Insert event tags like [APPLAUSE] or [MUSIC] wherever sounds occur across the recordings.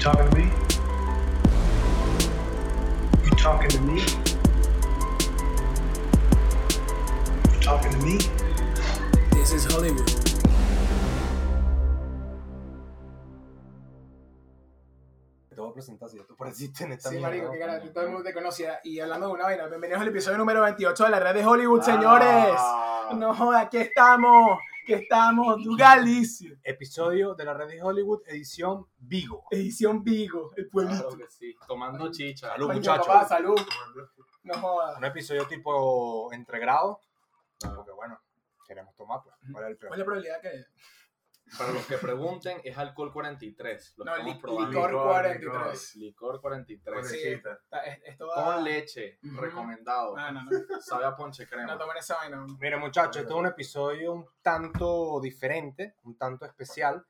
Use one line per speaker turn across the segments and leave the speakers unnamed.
talking to me? You talking to me? You talking to me?
This is Hollywood.
Te voy a presentar si ya tú pareciste en esta
Sí,
mierda,
marico, que
¿no?
cara, todo el mundo te conocía. Y hablando de una vaina, bienvenidos al episodio número 28 de la red de Hollywood, señores.
Ah,
No joda, aquí estamos, aquí estamos, du Galicia.
Episodio de la red de Hollywood, edición Vigo.
Edición Vigo, el pueblito.
Claro que sí, tomando chicha.
Salud,
Coño,
muchachos.
papá, salud. No joda.
Un episodio tipo entre grados, porque bueno, queremos tomar, pues. ¿Cuál es
¿Cuál
el
es
peor?
la probabilidad que.?
Para los que pregunten, es alcohol 43. Lo
No,
estamos
li-
probando.
licor
Licor,
43.
Licor 43.
pues, Sí.
Pobrecita.
Está- es- Esto va.
Con leche,
Ujú.
recomendado.
Ah, no, no.
Sabe a ponche crema.
No tomen esa vaina.
Mira, muchachos, este es un episodio un tanto diferente, un tanto especial.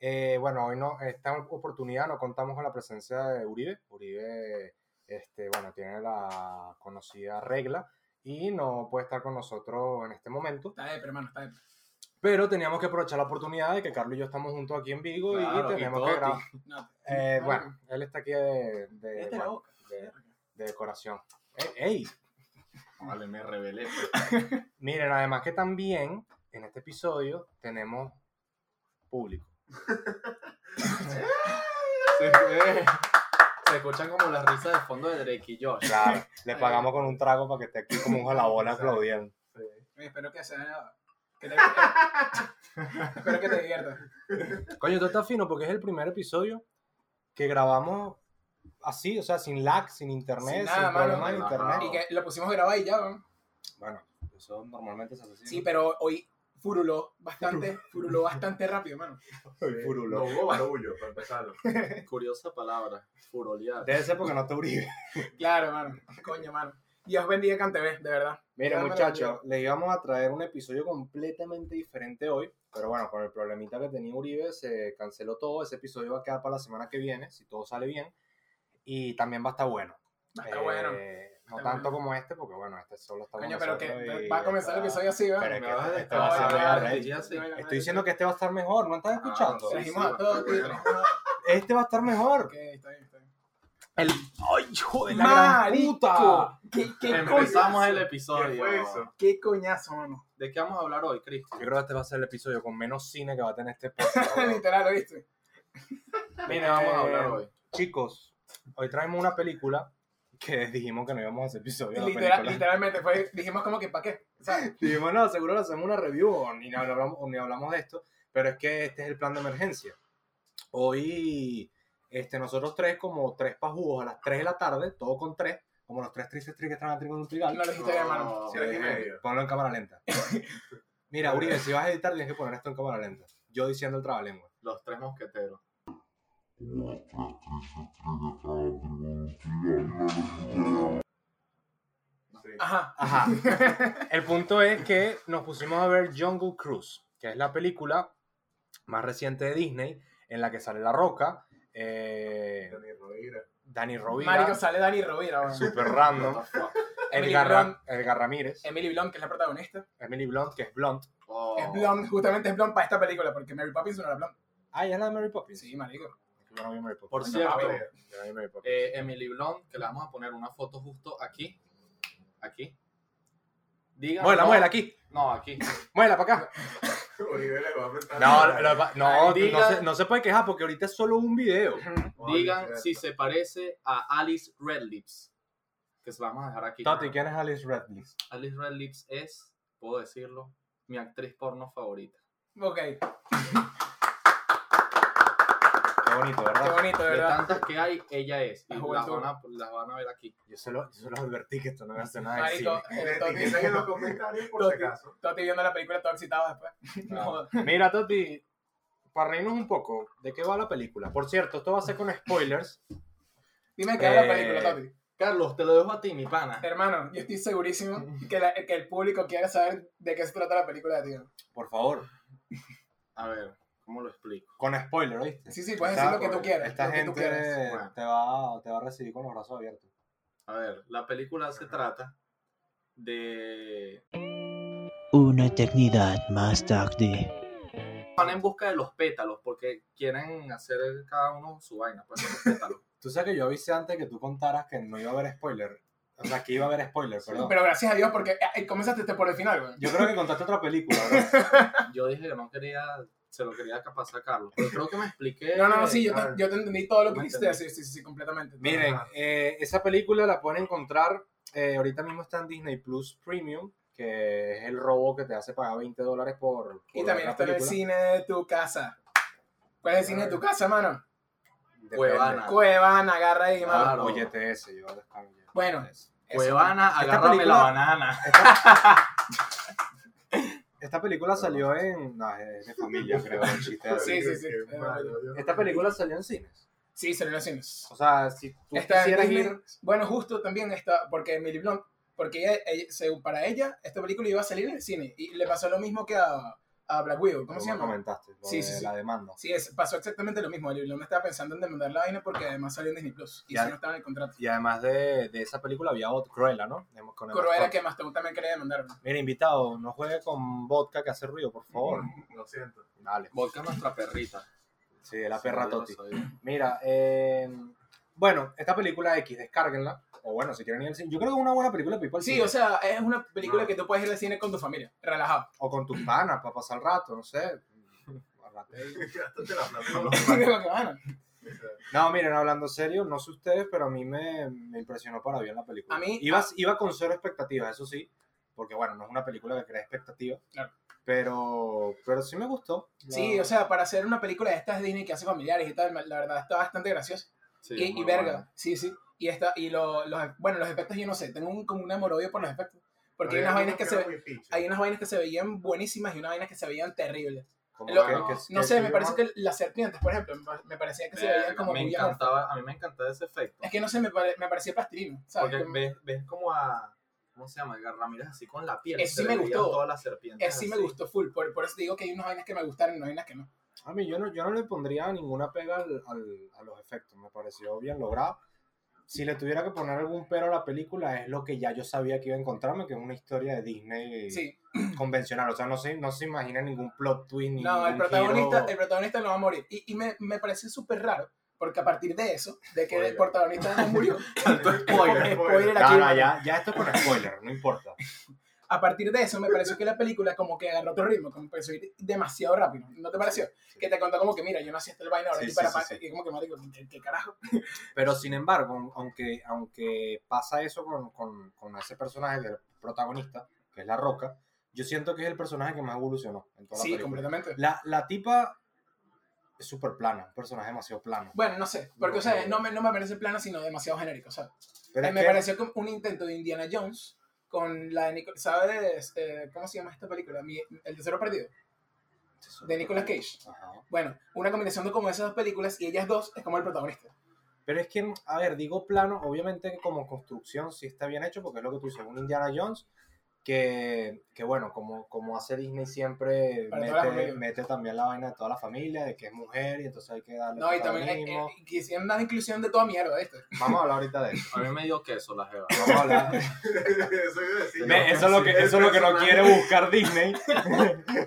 Eh, bueno, hoy no, esta oportunidad no contamos con la presencia de Uribe. Uribe, este, bueno, tiene la conocida regla y no puede estar con nosotros en este momento.
Está de hermano, está de
Pero teníamos que aprovechar la oportunidad de que Carlos y yo estamos juntos aquí en Vigo
Claro,
y
y
tenemos que
Toti.
grabar.
No.
Eh,
Claro. Este
bueno, él está aquí de, de-
Cállate la
bueno,
boca.
de- de decoración. Eh, ¡Ey!
Vale, me revelé.
[LAUGHS]
pues.
Miren, además que también en este episodio tenemos público.
Se, eh, se escuchan como las risas de fondo de Drake y Josh.
[LAUGHS]
Claro, le pagamos con un trago para que esté aquí como un jalabola aplaudiendo.
Oye, Espero que sea. que te- [LAUGHS] Espero que te diviertas.
Coño, todo está fino porque es el primer episodio que grabamos así, o sea, sin lag, sin internet, sin,
Sin nada, mano.
problemas de internet.
Ajá.
Y que lo pusimos grabado y ya, ¿no?
Bueno, eso normalmente se hace así.
Sí, pero hoy furuló bastante, furuló bastante rápido, mano.
Soy
No
furulo.
hubo barullo, para empezar.
[LAUGHS] Curiosa palabra, furolear.
Debe ser porque no te uribe.
Claro, mano. Coño, mano. Dios bendiga Cantebé, de verdad.
Mira,
Ya me lo
muchachos, le íbamos a traer un episodio completamente diferente hoy, pero bueno, con el problemita que tenía Uribe se canceló todo, ese episodio va a quedar para la semana que viene, si todo sale bien, y también va a estar bueno.
Está
Eh,
bueno.
No
Está
tanto
bueno.
como este, porque bueno, este solo está
Coño,
bueno.
pero que pero va a comenzar el episodio así,
Pero
¿verdad?
es
Me
que
vas a
este- este
dejar
va a ser
hablar,
mejor, ¿eh?
ya sé.
Estoy diciendo que este va a estar mejor, ¿no estás escuchando?
sí.
Trajimos a todos, tío, trajimos a-
Este va a estar mejor.
Ok, está bien, está bien.
El... ¡Ay, hijo de la gran puta!
¡Marico! ¿Qué, qué
Empezamos
coñazo?
el episodio.
¿Qué fue eso?
Qué coñazo, mano.
¿De qué vamos a hablar hoy,
Yo
Cristian?
creo que este va a ser el episodio con menos cine que va a tener este [LAUGHS] podcast. weón.
Literal, ¿oíste?
¿De qué vamos a hablar
eh,
hoy?
Chicos, hoy traemos una película que dijimos que no íbamos a hacer episodio. de la
Literal,
película.
literalmente, fue, dijimos como que, ¿para qué? ¿Sabes?
Dijimos, no, seguro le hacemos una review o ni, hablamos, o ni hablamos de esto, pero es que este es el plan de emergencia. Hoy, este, nosotros tres, como tres pajugos a las 3 de la tarde, todo con tres, como los tres tristes tres que están atrás con un trigal.
No lo dijiste bien, mano.
No,
Sí, lo
eh,
dijiste bien.
ponlo en cámara
[LAUGHS]
lenta. Mira, Uribe, si vas a editar, tienes que poner esto en cámara lenta. Yo diciendo el trabalengua.
Los tres mosqueteros.
Ajá.
Ajá. [LAUGHS] El punto es que nos pusimos a ver Jungle Cruise, que es la película más reciente de Disney en la que sale La Roca, eh,
Dani Rovira.
Dani Rovira,
Marico, sale Dani Rovira, mano.
super
What
random,
the fuck?
Edgar,
Emily
Ra- Edgar Ramírez,
Emily Blunt, que es la protagonista.
Emily Blunt, que es Blunt.
Oh.
Es Blunt, justamente es Blunt para esta película, porque Mary Poppins no era Blunt.
Ah, ya la de Mary Poppins.
Sí, marico.
Yo no vi Mary Poppins.
Por
Coño,
cierto,
papi, yo no vi Mary Poppins.
eh, Emily Blunt, que le vamos a poner una foto justo aquí. Aquí. Díganos.
Muela, muela, aquí.
No, aquí.
Muela, para acá.
Oliver le va a apretar.
[LAUGHS]
No, lo- lo- no,
Ay,
no,
diga-
se, no se puede quejar porque ahorita es solo un video.
Oye,
Digan
cierto.
si se parece a Alice Redlips. Que se la vamos a dejar aquí.
Tati, ¿quién es Alice Radcliffe?
Alice Redlips es, puedo decirlo, mi actriz porno favorita.
Ok, qué
Qué bonito, ¿verdad?
bonito, de
De
verdad.
tantas que hay, ella es. Y
La
las
juventud.
van, a, las van a ver aquí.
Yo se, lo, yo se los advertí que esto no iba a ser nada de
Marico,
cine.
eh,
Etiqueten en los
Toti,
comentarios por si
Toti.
acaso.
Toti viendo la película todo excitado
Ah.
después.
No.
[LAUGHS] No,
Mira, Toti, para reírnos un poco, ¿de qué va la película? Por cierto, esto va a ser con
[LAUGHS]
spoilers.
Dime qué es la
Eh,
película, Toti.
Carlos, te lo dejo a ti, mi pana.
Hermano, yo estoy segurísimo que, la- que el público quiere saber de qué se trata la película, tío.
Por favor,
A ver, ¿cómo lo explico?
con spoilers, ¿oíste?
Sí, sí, puedes
Está-
decir lo que tú quieras.
Esta
lo que tú
gente
quieras.
Bueno.
te, va, te va a recibir con los brazos abiertos.
A ver, la película se trata de
Una eternidad más tarde,
van en busca de los pétalos porque quieren hacer cada uno su vaina, pues con los
[LAUGHS]
pétalos.
Tú sabes que yo avisé antes que tú contaras que no iba a haber spoiler. O sea, que iba a haber spoiler, perdón.
Pero gracias a Dios, porque eh, eh, comenzaste este por el final, güey.
Yo creo que contaste otra película, ¿verdad?
Yo dije que no quería, se lo quería capaz a Carlos, pero creo que me expliqué.
No, no, no, sí, yo
claro.
te, yo te entendí todo lo que
No
dijiste.
entendí.
Sí, sí, sí, sí, completamente.
ah.
Ah.
Miren,
Ajá.
eh, esa película la pueden encontrar, eh, ahorita mismo está en Disney Plus Premium, que es el robo que te hace pagar 20 dólares por, por
Y
ver
también
la
está en el
película.
cine de tu casa. ¿Cuál es el cine de tu casa, mano?
Depende.
Cuevana.
Cuevana, agarra ahí, mano.
Ah,
Claro.
Oye, TS, yo descargo ya.
Bueno,
TS.
Cuevana,
Esta
agárrame
película-
la
[LAUGHS]
banana.
Esta película salió en... No,
[LAUGHS]
es de familia, creo, el chiste así.
Sí, sí, sí.
Esta película salió en cines.
Sí, salió en los cines.
O sea, si tú
Está en
quisieras
Disney.
ir...
Bueno, justo también está, porque Emily Blunt, porque ella, ella- según para ella, esta película iba a salir en el cine. Y le pasó lo mismo que a, a Black Widow, ¿cómo
tú
se
me
llama?
comentaste, lo
Sí,
de
sí, sí.
la demanda.
Sí, es- pasó exactamente lo mismo. Emily Blunt estaba pensando en demandar la vaina porque además salió en Disney Plus. Y
Ya.
eso no estaba en el contrato.
Y además de, de esa película había otra, Cruella, ¿no? Con Emma
Cruella
Stone.
que más también quería demandar.
Mira, invitado, no juegue con vodka que hace ruido, por favor.
Mm,
Lo siento.
Dale.
Volca nuestra perrita.
Sí, de la perra
Sí, yo lo
Toti.
soy.
[LAUGHS]
Mira, eh, bueno, esta película X, descárguenla. O bueno, si quieren ir al cine. Yo creo que es una buena película people.
Sí, o sea, es una película que tú puedes ir al cine con tu familia,
[LAUGHS]
relajado.
O con tus panas para pasar el rato, no sé.
Gástate la plata con los
[LAUGHS] Digo que, bueno,
No, miren, hablando serio, no sé ustedes, pero a mí me, me impresionó para bien la película.
A mí- ah.
Iba, iba con cero expectativas, eso sí. Porque bueno, no es una película que crea expectativas.
Claro.
Pero, pero sí me gustó.
Sí,
La-
o sea, para hacer una película de estas Disney que hace familiares y tal, la verdad está bastante graciosa.
Sí,
y,
muy
y verga,
buena.
sí, sí. Y, esta, y lo- los, bueno, los efectos yo no sé, tengo un, como un amor odio por los efectos. Porque hay unas, vainas que se, hay unas vainas que se veían buenísimas y unas vainas que se veían terribles.
como
lo-
que- que-
No
que
sé,
se
me
llama-
parece que las serpientes, por ejemplo, me- me parecía que se
Verga,
veían como
me
muy
encantaba, a mí me encantaba ese efecto.
Es que no sé, me, pare- me parecía plastilina, ¿sabes?
Porque
Como-
ves, ves como a. ¿Cómo se llama? Edgar Ramírez así con la piel.
Eso
se
sí
le
me
veían
gustó.
Todas las serpientes.
eh, sí me
así. [LAUGHS]
gustó full, por, por eso te digo que hay unas vainas que me gustaron y unas vainas que no.
A mí yo no, yo no le pondría ninguna pega al- al- a los efectos, me pareció bien logrado. Si le tuviera que poner algún pero a la película es lo que ya yo sabía que iba a encontrarme, que es una historia de Disney
Sí,
convencional, o sea, no se, no se imagina ningún plot twist ni
no, el
ningún
protagonista,
giro.
el protagonista no va a morir. Y, y me, me pareció súper raro, porque a partir de eso, de que el
Spoiler.
protagonista no murió,
Spoiler,
spoiler
spoiler.
No,
aquí,
no, ya, ya esto es con spoiler, no importa.
a partir de eso me pareció que la película como que agarró otro ritmo, como empezó a ir demasiado rápido. ¿No te pareció? Que te contó como que, mira, yo nací hasta el vaina ahora
Sí,
y
sí,
para
sí,
pa-
sí.
y como que marico, ¿qué, qué carajo?
Pero sin embargo, aunque, aunque pasa eso con, con- con ese personaje del protagonista, que es La Roca, yo siento que es el personaje que más evolucionó en toda la
Sí,
película.
completamente.
La, la tipa es súper plana, un personaje demasiado plano.
Bueno, no sé, porque, o sea, no me, no me parece plana, sino demasiado genérico, ¿sabes?
Pero
Eh,
es
me
que-
pareció como un intento de Indiana Jones con la de Nicolas, ¿sabes? Eh, ¿Cómo se llama esta película? Mi- el tercero perdido, de Nicolas Cage.
Ajá.
Bueno, una combinación de como esas dos películas y ellas dos es como el protagonista.
Pero es que, a ver, digo plano, obviamente que como construcción sí está bien hecho, porque es lo que tú dices, un Indiana Jones, que, que bueno, como, como hace Disney siempre,
Para toda la
mete,
familia.
mete también la vaina de toda la familia, de que es mujer y entonces hay que darle
No, y también eh,
protagonismo.
eh, quisieron dar inclusión de toda mierda, ¿viste?
Vamos a hablar ahorita de eso.
A mí me dio queso
[LAUGHS]
la jeva.
Vamos a hablar de-
Eso iba a decir.
Ve, eso es lo que,
El
eso es lo que no
personaje-
quiere buscar Disney.
El personaje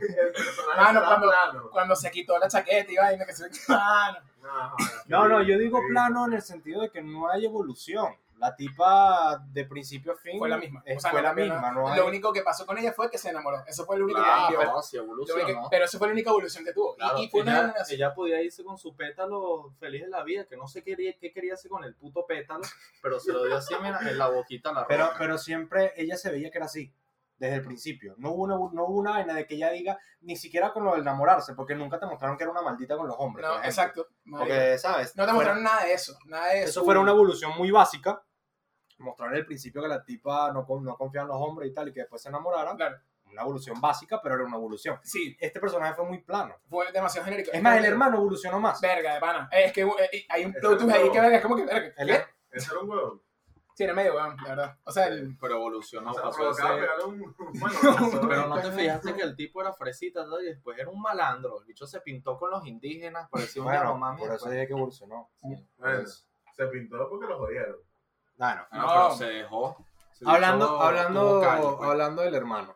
Ah, no,
está
cuando-
plano.
Cuando se quitó la chaqueta y vaina que [LAUGHS] se... Ah, no.
No,
No, no, yo digo
Sí.
plano en el sentido de que no hay evolución. La tipa de principio a fin
Fue la misma.
es-
O sea,
Eh, fue
no
la
cambió nada.
misma. No hay-
Lo único que pasó con ella fue que se enamoró. Eso fue lo único que cambió.
Claro, no, sí
Lo único-
evolucionó.
Pero eso fue la única evolución que tuvo. Y-
Claro,
y, fue una
ella,
generación.
ella podía irse con su pétalo feliz de la vida, que no sé qué quería, qué quería hacer con el puto pétalo, pero se lo dio así, mira, en la boquita a la
Pero,
roca.
pero siempre ella se veía que era así, desde el principio. No hubo, una, no hubo una vaina de que ella diga, ni siquiera con lo de enamorarse, porque nunca te mostraron que era una maldita con los hombres.
No,
por ejemplo.
exacto. marica.
Porque, ¿sabes?
No te
Fuera-
mostraron nada de eso. Nada de eso.
eso fuera una evolución muy básica. Mostrar el principio que la tipa no, con- no confía en los hombres y tal, y que después se enamorara.
Claro.
Una evolución básica, pero era una evolución.
Sí,
Este personaje fue muy plano.
fue demasiado genérico.
Es más, el hermano evolucionó más.
Verga, de pana. Eh, Es que eh, eh, hay un
Ese
plot twist
huevo.
ahí que verga, es como que verga.
El-
¿Qué?
Ese era un huevo.
Sí, era medio weón, la verdad. O sea, el-
eh, Pero
O
evolucionó.
sea,
pasó de
provocaba
ser-
pegarle un- [LAUGHS] un manotazo.
Pero no te fijaste que el tipo era fresita ¿no? y después era un malandro. El bicho se pintó con los indígenas, parecía un pues.
Bueno,
Yanomami
por eso
después.
dije que evolucionó.
Bueno, se pintó porque lo jodieron.
No, no.
Ah,
No.
pero se dejó. Se
Hablando,
dejó- tuvo
hablando,
calle, pues.
hablando del hermano.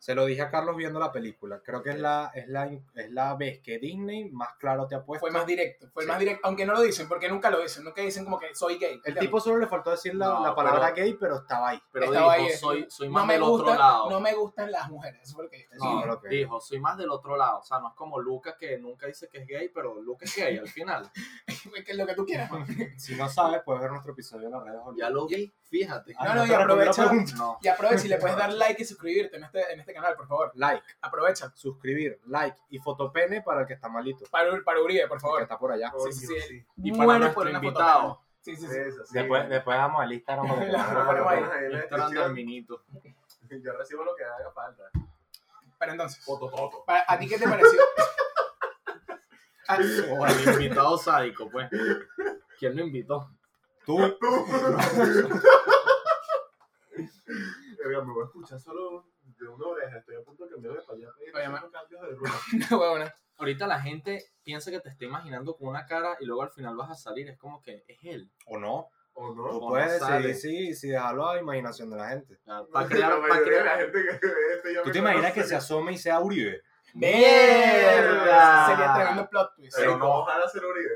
Se lo dije a Carlos viendo la película. Creo que es la, es la, es la vez que Disney más claro te ha puesto.
Fue más directo, fue
Sí.
más directo, aunque no lo dicen, porque nunca lo dicen, nunca dicen como que soy gay.
El
Ya.
tipo solo le faltó decir la,
No,
la palabra
pero-
gay, pero estaba ahí.
Pero dijo,
Estaba ahí, es-
soy, soy más
no me
del
gustan,
otro lado.
no me gustan las mujeres, eso fue lo que dijo.
No,
Sí,
no,
ok.
dijo, soy más del otro lado. O sea, no es como Luca que nunca dice que es gay, pero Luca es gay al final.
que [LAUGHS] es lo que tú quieras. man.
Si no sabes, puedes ver nuestro episodio en las redes
Ya lo vi, fíjate.
Ah,
No,
no
no, y
te respondí la
aprovecha,
pregunta.
[LAUGHS] No.
y aprovecha y le puedes dar like y suscribirte en este, en este canal, por favor.
Like,
Aprovecha.
suscribir, like y fotopene para el que está malito.
Para, para Uribe, por
El que
favor.
está por allá.
Coño,
sí, sí.
Y para
Muero
nuestro
por una foto
invitado.
con él. Sí, sí, sí.
Eso, sí.
Después, después vamos al Instagram. [LAUGHS] como que
Ah,
vamos a
lo
poner
ponemos
ahí.
ahí en la
Instagram del
descripción.
minito.
Yo recibo lo que haga falta.
Pero entonces,
Fotototo.
para- ¿a ti qué te
[LAUGHS]
pareció? [LAUGHS]
[LAUGHS]
A-
O al invitado sádico, pues. ¿Quién lo invitó?
Tú,
Oiga, me voy a escuchar solo de una oreja. Estoy a punto de cambiar de payaso.
Oye,
Haciendo cambios de rumbo.
No, huevona.
Ahorita la gente piensa que te está imaginando con una cara y luego al final vas a salir. Es como que es él.
o no,
¿O
tú
no?
no
puedes
sale.
decidir si, si dejarlo a la imaginación de la gente.
[LAUGHS]
Para crear,
La
pa'
mayoría de la
crear-
gente que ve esto ya
¿Tú
me
te imaginas
conoce.
que se asome y sea Uribe?
¡Mierda! Sería tremendo plot twist.
Pero
Sí,
no,
no.
ojalá se lo Uribe.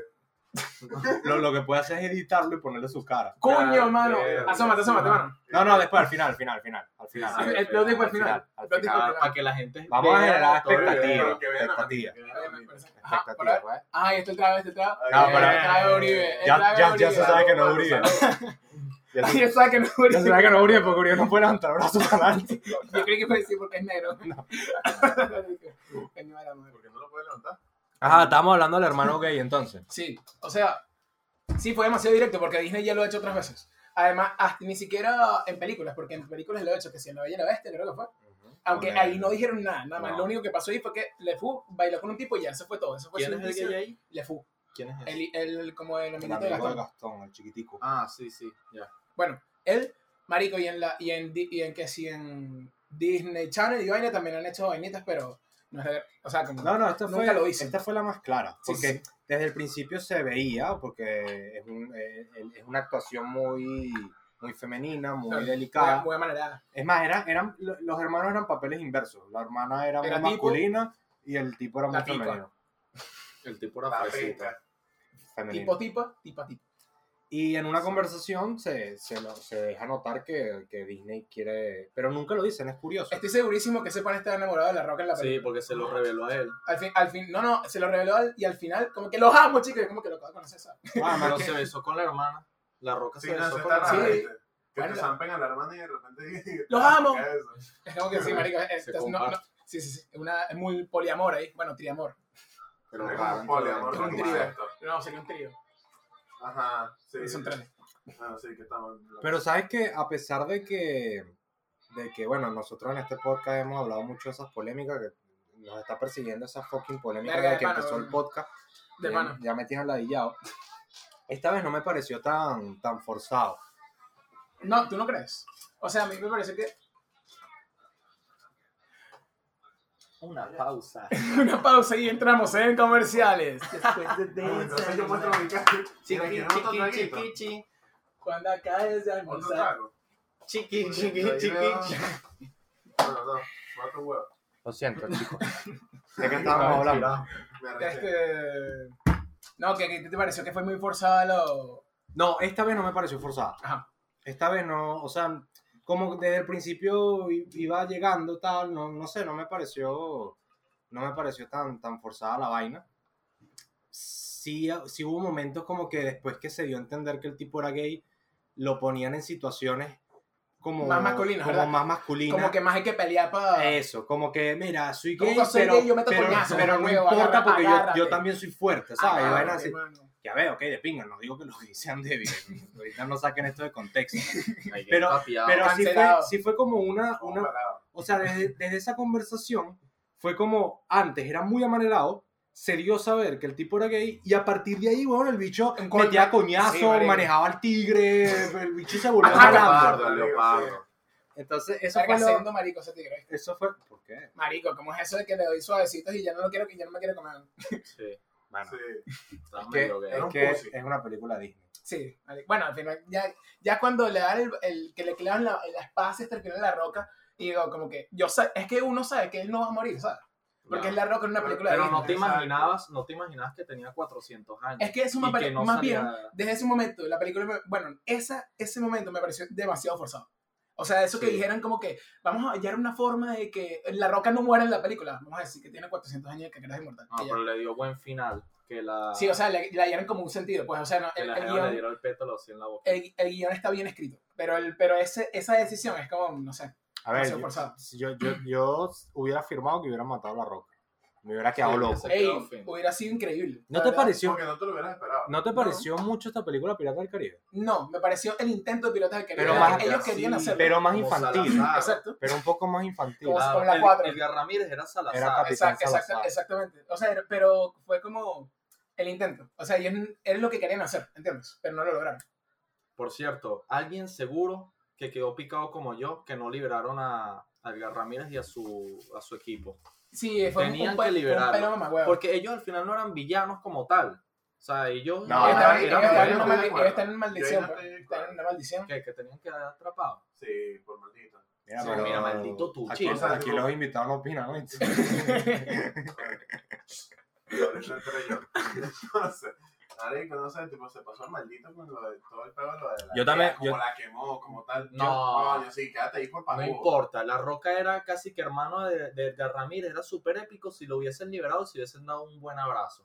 Lo, lo que puede hacer es editarlo y ponerle su cara.
Coño, mano.
Mierda.
Asómate, asómate, mano.
No, no, después, al final, al final, al final. Al final.
Sí, sí.
El plot twist fue
Al
al final.
final, al
El plot twist fue al
para,
final.
que la gente
Vamos a
vea
generar
todo el
Pero que
expectativa.
vean- que vean a la
expectativa.
gente, que vean a la gente.
Ajá, por ahí.
Expectativa, ¿eh?
Ajá, y este otra vez, este otra vez.
No,
Ay,
pero-
El trae Uribe. el
Ah, Ya,
trae
ya, ya
Uribe.
se sabe que no es Uribe.
[LAUGHS]
Ya se-
Ay, Yo sabe que no es Uribe.
ya se sabe pues. que no es Uribe porque Uribe no puede levantar el brazo para adelante.
Yo creí que fue decir porque es negro. [LAUGHS] No.
¿Por qué no lo puede levantar?
Ajá, estábamos hablando del hermano gay entonces.
Sí, o sea, sí fue demasiado directo porque Disney ya lo ha hecho otras veces. Además, hasta ni siquiera en películas, porque en películas lo ha hecho, que si en La Bella y la Bestia, creo que fue. Aunque
Con
ahí
el-
no dijeron nada, nada más.
No.
Lo único que pasó ahí fue que Le Fou bailó con un tipo y ya, eso fue todo. Eso fue
¿Quién
su
es el
inicio.
gay ahí?
Le Fou,
¿Quién es él?
Pues, el, el, como el
El
amiguito de
amigo de
Gastón.
Gastón, el chiquitico.
Ah, sí, sí, ya.
Bueno, él, marico, y en la, y en, Di- y en que si en Disney Channel y vaina también han hecho vainitas, pero no es de- o sea, como
No, no, esta
Nunca
fue,
lo hice.
esta fue la más clara.
Sí,
porque
sí.
desde el principio se veía, porque es, un- eh, es una actuación muy, muy femenina, muy
Claro.
delicada.
buena manera.
Es más, eran, eran, lo- los hermanos eran papeles inversos. La hermana era,
Era
muy
tipo-
masculina y el tipo era muy
La tipa.
femenino.
El tipo era
La
fresita.
penca.
femenino.
Tipo tipa, tipa tipa.
Y en una conversación se, se, lo- se deja notar que, que Disney quiere... Pero nunca lo dicen, es curioso.
Estoy segurísimo que ese pan está enamorado de la roca en la
Sí,
película.
porque se lo reveló a él.
Al fin, al fin, no, no, se lo reveló al- y al final, como que los amo, chicos, y como que lo acabo de conocer, ¿sabes?
Ah,
Pero
más
se besó con la hermana. La roca se
Sí, no,
besó
eso
con
está
la
raro.
Sí.
¿viste? Que te
Bueno.
zampen a la hermana y de repente... [LAUGHS]
¡Los amo!
¿Qué es eso?
Es como que sí,
[LAUGHS]
marico, es,
Se
es- no,
comparte.
no, sí, sí, sí, es una, es muy poliamor ahí, bueno, triamor,
Pero
Es
raro,
como poliamor
pero
con
un
raro.
trío.
concepto.
no, sería un trío,
Ajá, sí.
son tres.
Ah, sí, que estamos...
Pero sabes que a pesar de que, de que, bueno, nosotros en este podcast hemos hablado mucho de esas polémicas, que nos está persiguiendo esa fucking polémica
Verga,
desde
de
que
pana,
empezó el
weón.
podcast,
De
ya,
mano.
ya me tienen ladillado. Esta vez no me pareció tan, tan forzado.
No, ¿tú no crees? O sea, a mí me parece que [LAUGHS]
Una pausa.
una pausa y entramos en comerciales.
No, entonces yo muestro mi cara. Mira, ¿quieren otro traguito?
chiqui,
Cuando acabes de
¿Otro
almorzar.
trago?
chiqui,
Ahí veo- No, no, mato un huevo.
Lo
[LAUGHS]
siento, chicos. sé que estábamos hablando.
Me arreché.
Este... No, que que te pareció que fue muy forzada lo...
No, esta vez no me pareció forzada.
Ajá.
Esta vez no, o sea, como desde el principio i- iba llegando tal, no, no sé, no me pareció, no me pareció tan, tan forzada la vaina. Sí, sí hubo momentos como que después que se dio a entender que el tipo era gay, lo ponían en situaciones como
Más masculinas,
como
¿verdad?
más masculinas.
Como que más hay que pelear para...
Eso, como que, mira, soy
Ah. Como
gay,
que soy
pero,
gay, yo meto
pero,
coñazos,
pero no
huevo,
importa
agarra-
porque yo, yo
agárrate.
también soy fuerte, ¿sabes?
Ah,
Y vainas
ok,
así.
mano.
Ya veo, ok, de pinga, no digo que los gays sean débiles, [LAUGHS] ahorita no saquen esto
[LAUGHS]
de contexto. Pero-
Pero,
ah,
Pero sí fue,
Cancelado.
sí fue como una,
Como
una
parado.
o sea, desde, desde esa conversación fue como, antes era muy amanerado, se dio a saber que el tipo era gay y a partir de ahí, bueno, el bicho
Un col-
metía coñazo,
Sí, marico.
manejaba al tigre, el bicho se volvió
Ajá,
malandro.
leopardo,
Leopardo,
leopardo.
Entonces, eso
Verga,
fue, lo-
siendo marico ese tigre.
eso fue... ¿Por qué?
Marico, ¿cómo es eso de que le doy suavecitos y ya no lo quiero, que ya no me quiero comer?
Sí,
Bueno,
Sí.
está
es, que,
medio gay.
era
es,
un
que
pussy.
es una película Disney.
Sí, marico. bueno, al final, ya, ya cuando le dan el, el- este, que le clavan la, la espada, se terminó en la roca, Y digo, como que, yo sé, es que uno sabe que él no va a morir, ¿sabes? Porque es la roca en una película de
Pero no
Disney.
te imaginabas, no te imaginabas que tenía 400 años.
Es que eso me
y que
pare-
no
más
salía-
bien, desde ese momento, la película, me- bueno, esa, ese momento me pareció demasiado forzado. O sea, eso que
Sí.
dijeran como que vamos a hallar una forma de que La Roca no muera en la película. Vamos a decir que tiene 400 años y que es inmortal.
No,
Que ya.
Ah, pero le dio buen final. Que la,
Sí, o sea, le, le hallaron como un sentido. Pues, o sea, no,
que
el,
la
el
jeva le
guión,
diera el pétalo así en la boca.
el- el guión está bien escrito. Pero, el, pero ese, esa decisión es como, no sé.
A ver,
Demasiado
yo,
forzado.
si yo, yo, yo hubiera firmado que hubieran matado a la roca. Me hubiera quedado
Sí,
loco.
ese-
Ey,
quedó fino.
hubiera sido increíble.
¿No
la
te
verdad.
pareció,
Porque no te lo hubieras esperado.
¿No te
No.
pareció mucho esta película Pirata del Caribe?
No, me pareció el intento de Piratas del Caribe.
Pero
Era que
más-
ellos querían
sí,
hacerlo.
Pero más
Como
infantil.
Salazar.
Exacto.
Pero un poco más infantil.
Como-
Claro,
con la
el-
cuatro.
Edgar Ramírez era Salazar.
Era capitán.
Exact- exact-
Salazar.
exactamente. O sea, era- pero fue como el intento. O sea, ellos es lo que querían hacer, ¿entiendes? Pero no lo lograron.
Por cierto, alguien seguro que quedó picado como yo, que no liberaron a, a Edgar Ramírez y a su, a su equipo.
Sí, fue un-
Tenían
un,
que
pe- fue
liberarlo.
un pelo mamagüevo.
Porque ellos al final no eran villanos como tal. O sea, ellos
No,
ellos estaban-
no,
ellos
no,
estaban en
no,
una
no,
maldi-
no,
ellos estaban en
no,
maldición.
no,
pues.
no, no,
Estaban en una maldición.
que, que tenían que quedar atrapados.
Sí, por maldito.
Mira,
Sí,
pero-
mira, maldito tu
aquí,
chico.
aquí los invitados no opinan, ¿no? [LAUGHS]
Pero eso entre [LAUGHS] yo. Entonces, marico, no sé, tipo, se pasó el maldito con lo de todo el pedo, lo de la
Yo también-
como
yo-
la quemó, como tal.
No.
Yo, coño, sí, quédate ahí
Ah,
por
No
pajugo.
importa, La Roca era casi que hermano de, de Edgar Ramírez, era súper épico si lo hubiesen liberado, si hubiesen dado un buen
[LAUGHS]
abrazo.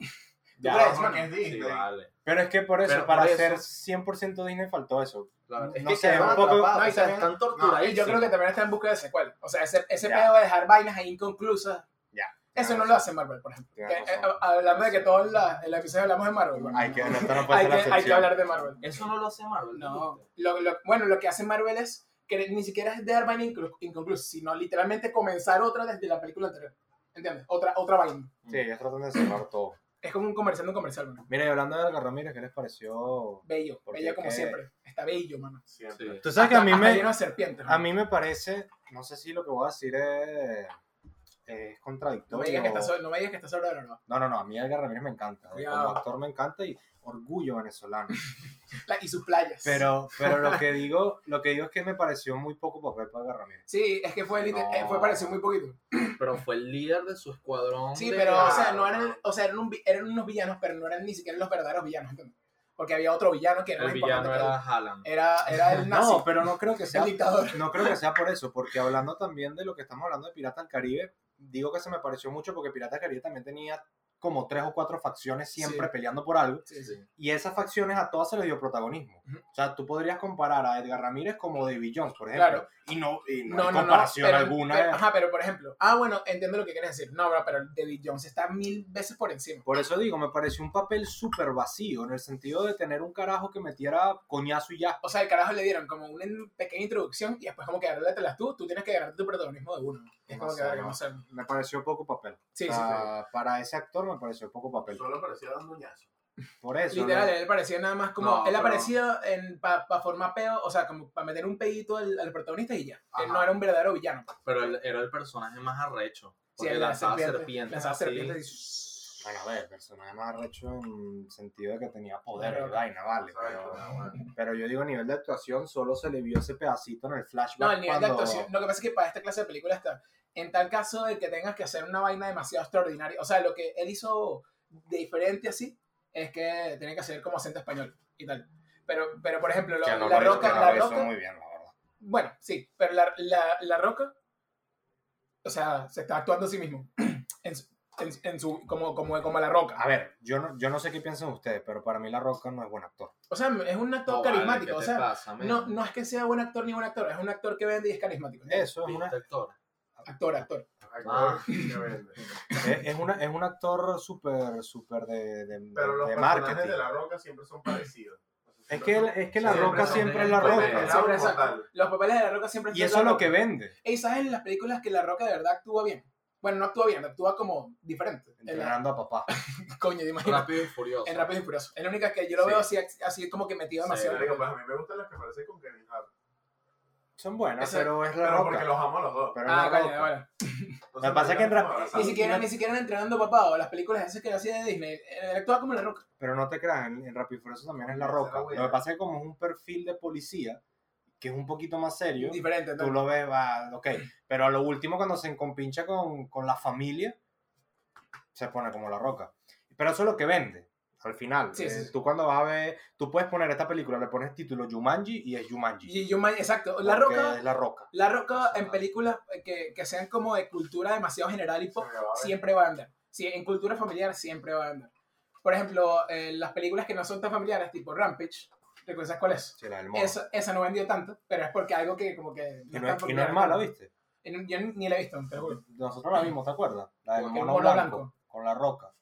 Ya,
crees,
porque
mano?
es Disney.
Sí, vale.
Pero es que por eso,
Pero
para
por eso-
ser 1100% Disney faltó eso.
La verdad, es
No
que
sé,
quedaron
un poco-
atrapados,
no, y
o sea,
también-
están
Y
torturadísimos.
yo creo que también está en busca de secuela. O sea, ese, ese
Ya.
pedo de dejar vainas ahí inconclusas.
Ya.
Eso
Tienes
no lo hace Marvel, por ejemplo.
Tienes
Que, eh,
razón.
hablando de que todos la- el episodio hablamos de Marvel. bueno,
eh, Hay que, no, esto no puede
hay que,
ser la
hay que
excepción.
hablar de Marvel.
Eso no lo hace Marvel.
No,
¿viste?
lo, lo- bueno, lo que hace Marvel es que ni siquiera es dejar vaina inclu- inconclusa, sino literalmente comenzar otra desde la película anterior. ¿Entiendes? Otra, otra vaina.
Sí, ellos tratan de cerrar todo.
Es como un comercial de un comercial, mano.
Mira, y hablando de Edgar Ramírez, ¿qué les pareció?
Bello,
Porque
bello como
es que-
siempre. Está bello, mano.
Siempre.
Sí.
Tú sabes que a mí
Hasta- hasta
me...
lleno de serpientes.
A
mano.
mí me parece, no sé si lo que voy a decir es, es
no, me digas que
contradictorio.
está sobre, no me digas que está sobre la verdad.
No, no, no, a mí Edgar Ramírez me encanta. eh,
Cuidado.
Como actor me encanta y orgullo venezolano.
[LAUGHS] La- y sus playas.
Pero, pero lo que digo, lo que digo es que me pareció muy poco papel para Edgar Ramírez.
Sí, es que fue, liter-
No.
eh, fue parecido muy poquito.
Pero fue el líder de su escuadrón.
Sí,
de-
pero, o sea, no eran, o sea, eran, un vi- eran unos villanos, pero no eran ni siquiera los verdaderos villanos. ¿entiendes? Porque había otro villano que era
El
más importante
villano
que él.
era Haaland.
Era, era el nazi,
[LAUGHS] No, pero no creo que sea,
el dictador.
no creo que sea por eso, porque hablando también de lo que estamos hablando de Pirata del Caribe, digo que se me pareció mucho porque Pirata del Caribe también tenía como tres o cuatro facciones siempre
Sí.
peleando por algo.
Sí, sí.
Sí.
y esas facciones a todas se les dio protagonismo.
Ujú.
O sea, tú podrías comparar a Edgar Ramírez como David Jones, por ejemplo.
Claro.
Y no, y no,
No,
hay
no, no,
comparación
pero-
alguna. eh.
pero- ajá, pero por ejemplo, ah, bueno, entiendo lo que quieres decir. No, bro, pero David Jones está mil veces por encima.
Por eso digo, me pareció un papel súper vacío, en el sentido de tener un carajo que metiera coñazo y ya.
O sea, el carajo le dieron como una in- pequeña introducción y después, como que las tú, tú tienes que ganarte tu protagonismo de uno. Es como que,
Demasiado. Ah,
verga, no sé.
Me pareció poco papel.
Sí,
O
sí, sí.
sea, Para ese actor me pareció poco papel.
Solo parecía dando un ñazo.
Por eso.
Literal,
¿no?
él parecía nada más como.
No,
él
pero-
aparecía para formar peo, o sea, como para meter un pedito al, al protagonista y ya. Él
Ajá.
no era un verdadero villano. pues.
Pero él era el personaje más arrecho.
Sí,
Porque
él
lanzaba
serpiente,
serpientes.
Lanzaba
así.
serpientes y.
Bueno, a ver, personaje más arrecho en el sentido de que tenía poder
Claro.
y vaina, vale.
¿sabes?
Pero,
Como, Ah, bueno,
pero yo digo, a nivel de actuación, solo se le vio ese pedacito en el flashback.
No, el nivel de
cuando-
actuación. Lo que pasa es que para esta clase de películas está. En tal caso de que tengas que hacer una vaina demasiado extraordinaria. O sea, lo que él hizo de diferente así es que tiene que hacer como acento español y tal. Pero, pero por ejemplo, lo-
Que no
la
lo hizo-
roca.
que no
la
lo hizo
roca
muy bien, la verdad.
Bueno, sí, pero la, la, la roca. O sea, se está actuando a sí mismo. [CLEARS THROAT] En su, en, en su, como, como, como la roca.
A ver, yo no, yo no sé qué piensan ustedes, pero para mí La Roca no es buen actor.
O sea, es un actor
No, vale,
carismático.
¿qué
o
te
sea,
pasa, men?
no, no es que sea buen actor ni buen actor, es un actor que vende y es carismático.
Eso es,
Viste,
[LAUGHS]
una,
actor.
Actor, actor.
Ah.
actor
[LAUGHS]
que vende.
es, eh, es una, es un actor súper, súper de, de,
Pero los
de
personajes
marketing.
de La Roca siempre son parecidos. O sea,
Es
siempre
que,
son-
es que La
Siempre
Roca
son
siempre
de-
es La
pues,
Roca.
de-
Exacto,
como
exacto.
tal.
Los papeles de la roca siempre
Y eso es lo que vende.
Y sabes en las películas que la roca de verdad actúa bien. Bueno, no actúa bien, actúa como diferente. En la-
Entrenando a papá.
[LAUGHS] Coño, imagínate.
Rápido y furioso.
En Rápido y Furioso. Es la única que yo lo
Sí.
veo así, así como que metido
Sí,
demasiado.
Marico, pues, a mí me gustan las que parecen con Kevin Hart.
Son buenas,
Ese-
pero es La
Pero porque
Roca.
los amo a los dos.
Pero es
ah,
La
coño,
Roca.
bueno.
Entonces,
que pasa es que en
marico,
Ra-
abrazarlos.
Ni siquiera, ni siquiera en entrenando papá o las películas esas que hacía de Disney. Él actuaba como la roca.
Pero no te creas, en, en Rápido y Furioso también es La
Esa
Roca.
era
Lo que
buena.
pasa es que como es un perfil de policía, que es un poquito más serio,
Diferente,
tú
¿no?
lo ves, va, ok. Pero a lo último, cuando se encompincha con, con la familia, se pone como la roca. Pero eso es lo que vende. Al final,
Sí,
Eh,
sí, sí.
tú cuando vas a ver, tú puedes poner esta película, le pones título Jumanji y es Jumanji.
Y Jumanji, exacto. La
porque
Roca,
Es la roca.
la Roca en películas eh, que, que sean como de cultura demasiado general y pop, siempre va a andar. Sí, en cultura familiar siempre va a andar. Por ejemplo, eh, las películas que no son tan familiares, tipo Rampage, ¿recuerdas cuál es?
Sí, la del mono.
Esa, esa no vendió tanto, pero es porque algo que como que...
Y no,
tan
es, y no es
popular.
mala, ¿viste?
Y no- Yo ni, ni la he visto, te lo juro.
Nosotros la vimos, ¿te acuerdas? La del
Con el
mono,
mono
blanco,
blanco.
con la roca,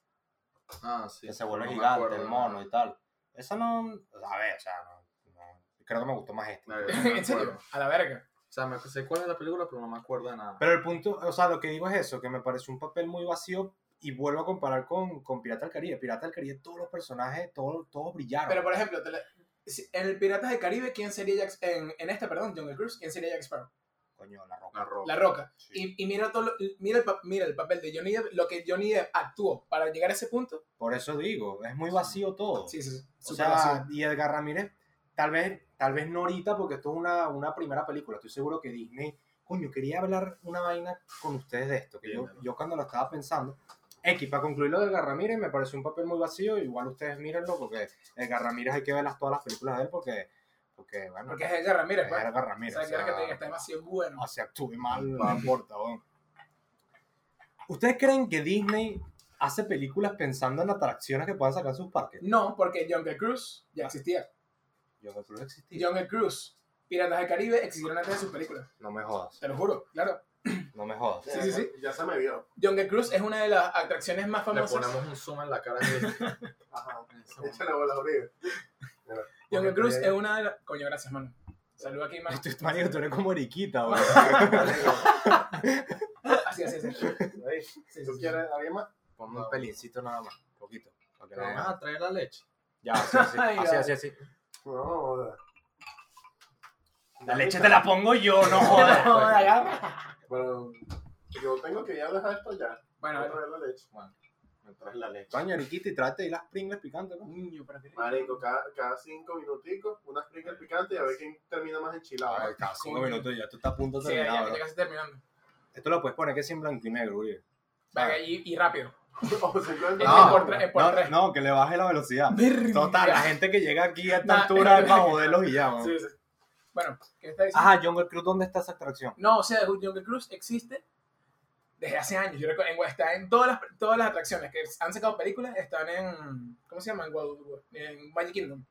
Ah, sí.
que se vuelve
No me
gigante,
acuerdo,
el
no.
mono y tal. Esa no. A ver, o sea, no, no- creo que me gustó más esta.
Me-
[LAUGHS]
no me
¿En serio?
acuerdo.
A la verga.
O sea, me sé cuál es la película, pero no me acuerdo de nada.
Pero el punto, o sea, lo que digo es eso, que me pareció un papel muy vacío y vuelvo a comparar con, con Pirata del Caribe. Pirata del Caribe, todos los personajes, todos, todos brillaron.
Pero por ejemplo, te la- si- en el Piratas del Caribe, ¿quién sería Jack... En, en esta, perdón, Jungle Cruise, ¿quién sería Jack Sparrow?
Coño, la roca.
La roca.
La Roca.
Sí.
Y, y mira, todo, lo- mira, el, pa- mira el papel de Johnny Depp, lo que Johnny Depp actuó para llegar a ese punto.
Por eso digo, es muy vacío todo.
Sí, sí, sí.
Oh. o
Súper
sea,
vacío.
y Edgar Ramírez, tal vez, tal vez no ahorita, porque esto es una, una primera película. Estoy seguro que Disney, coño, quería hablar una vaina con ustedes de esto. Que yo,
Dímelo.
yo cuando lo estaba pensando. X, para concluir lo de Edgar Ramírez, me pareció un papel muy vacío. Igual ustedes mírenlo, porque Edgar Ramírez hay que ver las- todas las películas de él, porque, porque bueno,
Porque es Edgar Ramírez,
Es
pues.
Edgar
O
Ramírez.
sea,
o
claro que te
sea, ah,
diga, está demasiado bueno.
o sea, actúe mal, no importa, weón. Mm. ¿Ustedes creen que Disney hace películas pensando en atracciones que puedan sacar en sus parques?
No, porque Jungle Cruise ya existía.
Yo creo que no existía.
Jungle Cruise, Piratas del Caribe existieron antes de sus películas.
No me jodas,
Te lo juro, claro.
no me jodas.
Sí, sí, sí.
Ya se me vio.
Jungle Cruise es una de las atracciones más
Le
famosas.
ponemos un zoom en la
[LAUGHS]
cara de
Ajá. Échale bola a Uribe.
Jungle Cruise es una de las. Coño, gracias, mano. Saluda aquí, mano.
Tú, marico, tú eres como Eriquita, weón.
[LAUGHS] Así, así, así.
Ahí,
Sí, sí,
¿Tú
sí.
quieres alguien más? Ponme [LAUGHS] un pelincito nada más, poquito. para que no
Vamos
vean.
a traer la leche.
Ya, así, [LAUGHS] así,
Ay,
así,
ya.
así, así.
No, joda.
La leche te la pongo yo, no jodas.
No, de acá.
Bueno, yo tengo que ir a dejar esto ya.
Bueno,
Voy a
bueno.
traer la leche.
Me traes la leche.
Coño, Eriquita, y tráete ahí las pringles picantes, ¿no?
Niño, pero qué rico.
Marico, cada, cada cinco minuticos, unas pringles picantes y a ver quién termina más enchilado.
Ay, Ah, cada cinco minutos ya, tú estás a punto de
Sí, ya,
terminar,
ya
bro.
casi terminando.
Esto lo puedes poner que es en blanco y negro, güey.
Venga, y, y rápido.
[LAUGHS]
Este
O simplemente-
Es que por tres- es por
No,
tres.
no, que le baje la
[LAUGHS]
velocidad. Total, la gente que llega aquí a esta
Nah,
altura
eh,
es para joderlos y ya, man.
Sí, sí. Bueno, ¿qué está diciendo?
Ajá, Jungle Cruise, ¿dónde está esa atracción?
No, o sea, Jungle Cruise existe desde hace años. Yo recuerdo, en, está en todas las, todas las atracciones que han sacado películas están en. ¿Cómo se llama? En, Walt- en Magic Kingdom.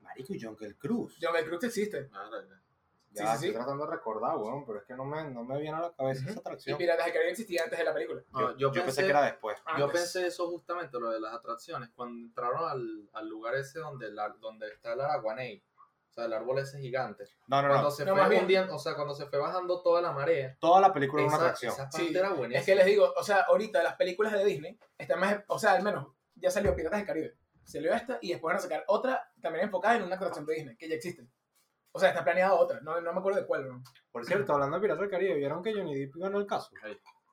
Marico, Jungle Cruise.
Jungle Cruise existe.
Ya,
Sí, sí,
estoy
sí.
tratando de recordar, weón, pero es que no me, no me viene a la cabeza esa
Y
atracción. Yo,
Piratas del Caribe existía antes de la película.
No, yo,
yo
pensé,
pensé que era después.
yo
Antes.
pensé eso justamente, lo de las atracciones. Cuando entraron al, al lugar ese donde, la- donde está el Araguaney, o sea, el árbol ese gigante.
No, no, no.
Cuando se
No,
fue
más bien-
hundiendo, o sea, cuando se fue bajando toda la marea,
Toda la película es una
esa,
atracción.
esa parte
Sí,
era
Es que
buenísima.
les digo, o sea, ahorita las películas de Disney están más, o sea, al menos ya salió Piratas del Caribe, salió esta y después van a sacar otra también enfocada en una atracción de Disney que ya existe. O sea, está planeada otra, no, no me acuerdo de cuál. ¿no?
Por cierto, hablando de Piratas del Caribe, ¿vieron que Johnny Depp ganó el caso?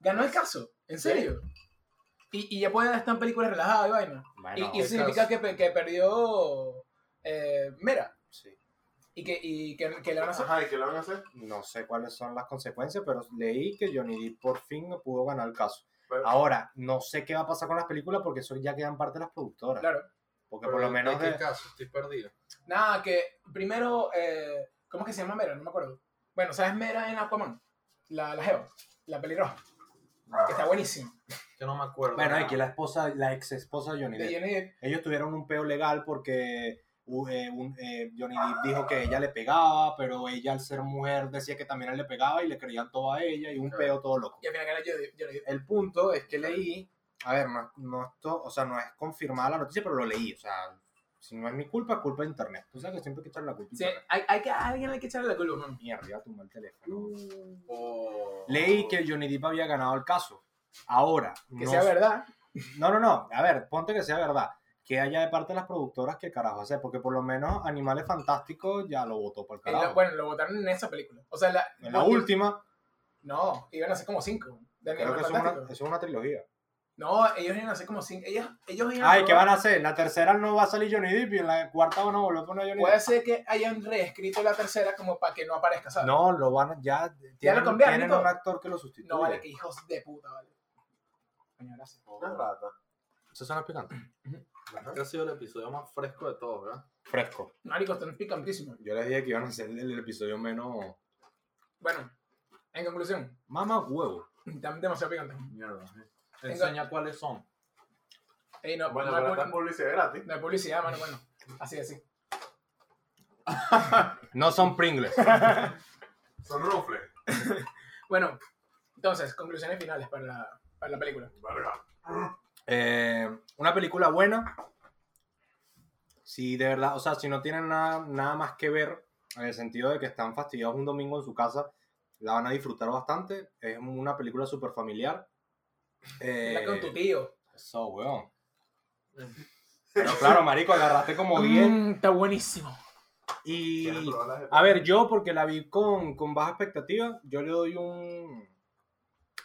Ganó el caso, ¿en serio? Y, y ya pueden estar en películas relajadas y vaina. Y-
Bueno,
y eso significa
caso.
que, pe- que perdió eh, Mera
sí.
y que, y que, que le van a hacer.
Ajá, ¿y qué le van a hacer?
No sé cuáles son las consecuencias, pero leí que Johnny Depp por fin pudo ganar el caso.
Pero-
Ahora, no sé qué va a pasar con las películas porque eso ya quedan parte de las productoras.
Claro.
Porque
Pero
por lo
¿de
menos...
qué
de-
caso? Estoy perdido.
Nada, que primero, eh, ¿cómo es que se llama Mera? No me acuerdo. Bueno, ¿sabes Mera en Aquaman? La, la Jeva, la pelirroja, que
Ah.
está buenísima.
Que no me acuerdo.
Bueno,
nada.
aquí la esposa, la ex esposa de Johnny
de
Depp.
Johnny Depp.
Ellos tuvieron un peo legal porque uh, eh, un- eh, Johnny Depp dijo que ella le pegaba, pero ella al ser mujer decía que también él le pegaba y le creían todo a ella y un
Claro.
peo todo loco.
Y al final gana Johnny Johnny Depp.
El punto es que leí, a ver, no, no esto, o sea, no es confirmada la noticia, pero lo leí, o sea, si no es mi culpa, es culpa de internet. Tú sabes que siempre hay que echarle la culpa. a
Sí,
internet.
hay, hay que, a alguien hay que echarle la culpa, mano.
Mierda, iba a tumbar el teléfono.
Oh.
Uh. Leí que Johnny Depp había ganado el caso. Ahora,
Que
no
sea
sé-
verdad. Eh,
No, no, no. A ver, ponte que sea verdad. Que haya de parte de las productoras que carajo hacer. Porque por lo menos Animales Fantásticos ya lo votó por el
en la-
carajo. En la,
bueno, lo votaron en esa película. O sea, la,
última,
No, iban a ser como cinco. De
creo
Animales
que eso es, una,
Fantásticos.
eso es una trilogía.
No, ellos iban a hacer como cinco. Ellos, ellos iban
Ay, ¿qué
probar-
van a hacer? En la tercera no va a salir Johnny Depp y en la cuarta van a volver a poner a Johnny
Puede
Depp.
ser que hayan reescrito la tercera como para que no aparezca, ¿sabes?
No, lo van a, ya tienen,
cambiaron y
tienen
todo.
un actor que lo sustituye.
No, vale, que hijos de puta, vale. Coño, gracias.
Una rata.
Eso suena picante.
Este ha sido el episodio más fresco de todos, ¿verdad?
Fresco.
Marico, están picantísimos.
Yo les dije que iban a hacer el, el episodio menos...
Bueno, en conclusión, [LAUGHS]
Mamá huevo.
están demasiado picantes.
Mierda. sí. Enseña cuáles son.
Ey, no,
Bueno,
no,
pero
hay
esta es
pu-
publicidad gratis.
no hay publicidad, mano, bueno. Así, así.
No son Pringles.
Son rufles.
Bueno, entonces, conclusiones finales para la, para la película.
Verga.
Eh, una película buena. Si de verdad, o sea, si no tienen nada, nada más que ver, en el sentido de que están fastidiados un domingo en su casa, la van a disfrutar bastante. Es una película súper familiar. Eh,
Está con tu tío. [LAUGHS]
Eso, weón. Pero claro, marico, agarraste como bien.
Mm, está buenísimo.
Y.
¿Quieres probar las de-
A ver, yo, porque la vi con, con baja expectativa, yo le doy un.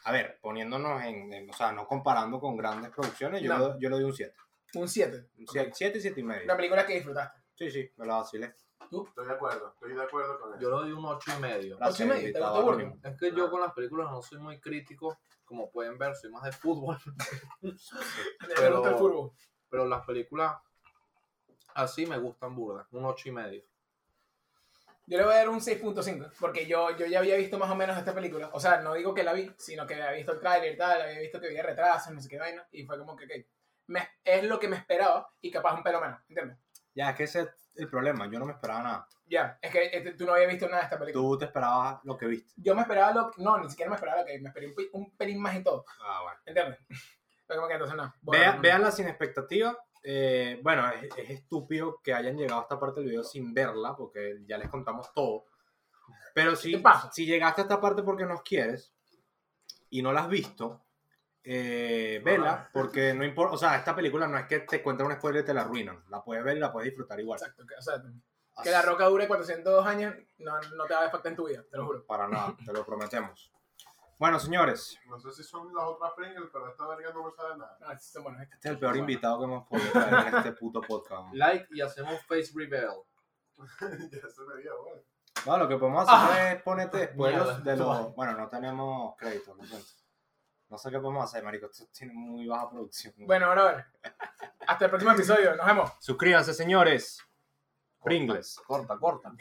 A ver, poniéndonos en. en- o sea, no comparando con grandes producciones, yo,
No.
le, doy- yo le doy un 7.
Un 7.
7 y 7 y medio.
Una película que disfrutaste.
Sí, sí, me la vacilé.
Estoy de acuerdo, estoy de acuerdo con
Yo le
eso.
doy un ocho y medio.
Ocho y
Gracias,
medio, ¿te
invitado
gustó
anónimo.
Es que yo con las películas no soy muy crítico, como pueden ver, soy más de fútbol. [LAUGHS]
Me
Pero-
gusta el fútbol.
Pero las películas así me gustan burdas. Un ocho y medio.
Yo le voy a dar un 6.5, porque yo, yo ya había visto más o menos esta película. O sea, no digo que la vi, sino que había visto el tráiler y tal, había visto que había retrasos, no sé qué vaina, y fue como que, ok, me- es lo que me esperaba y capaz un pelo menos, ¿entiendes?
Ya, es que ese es el problema. Yo no me esperaba nada.
Ya, es que este, tú no habías visto nada de esta película.
Tú te esperabas lo que viste.
Yo me esperaba lo que, no, ni siquiera me esperaba lo que, me esperé un, pe- un pelín más y todo,
Ah, bueno.
¿entiendes? [LAUGHS] Fue como que entonces no. bueno,
Vean,
no.
veanla sin expectativa. Eh, bueno, es, es estúpido que hayan llegado a esta parte del video sin verla, porque ya les contamos todo. Pero si,
¿Qué pasa?
si llegaste a esta parte porque nos quieres y no la has visto, eh, vela, porque no importa. O sea, esta película no es que te cuenten un spoiler y te la arruinan. La puedes ver y la puedes disfrutar igual.
Exacto, que, o sea, que la roca dure 402 años no, no te va a afectar en tu vida, te lo juro.
[LAUGHS] Para nada, te lo prometemos. Bueno, señores,
No sé si son las otras Pringles, pero esta verga no me sabe nada. [LAUGHS]
Ah, sí, bueno, este-
este es el peor invitado que hemos podido traer en este puto
[LAUGHS]
podcast. ¿no?
Like y hacemos Face Reveal.
ya se me dio, bueno.
No, lo que podemos
Ah.
hacer es ponerte después de los- de los. Bueno, no tenemos crédito, no cuento. No sé qué podemos hacer, marico. Esto tiene muy baja producción.
Bueno, brother, hasta el próximo episodio, nos vemos.
suscríbanse, señores. Pringles.
Corta, corta.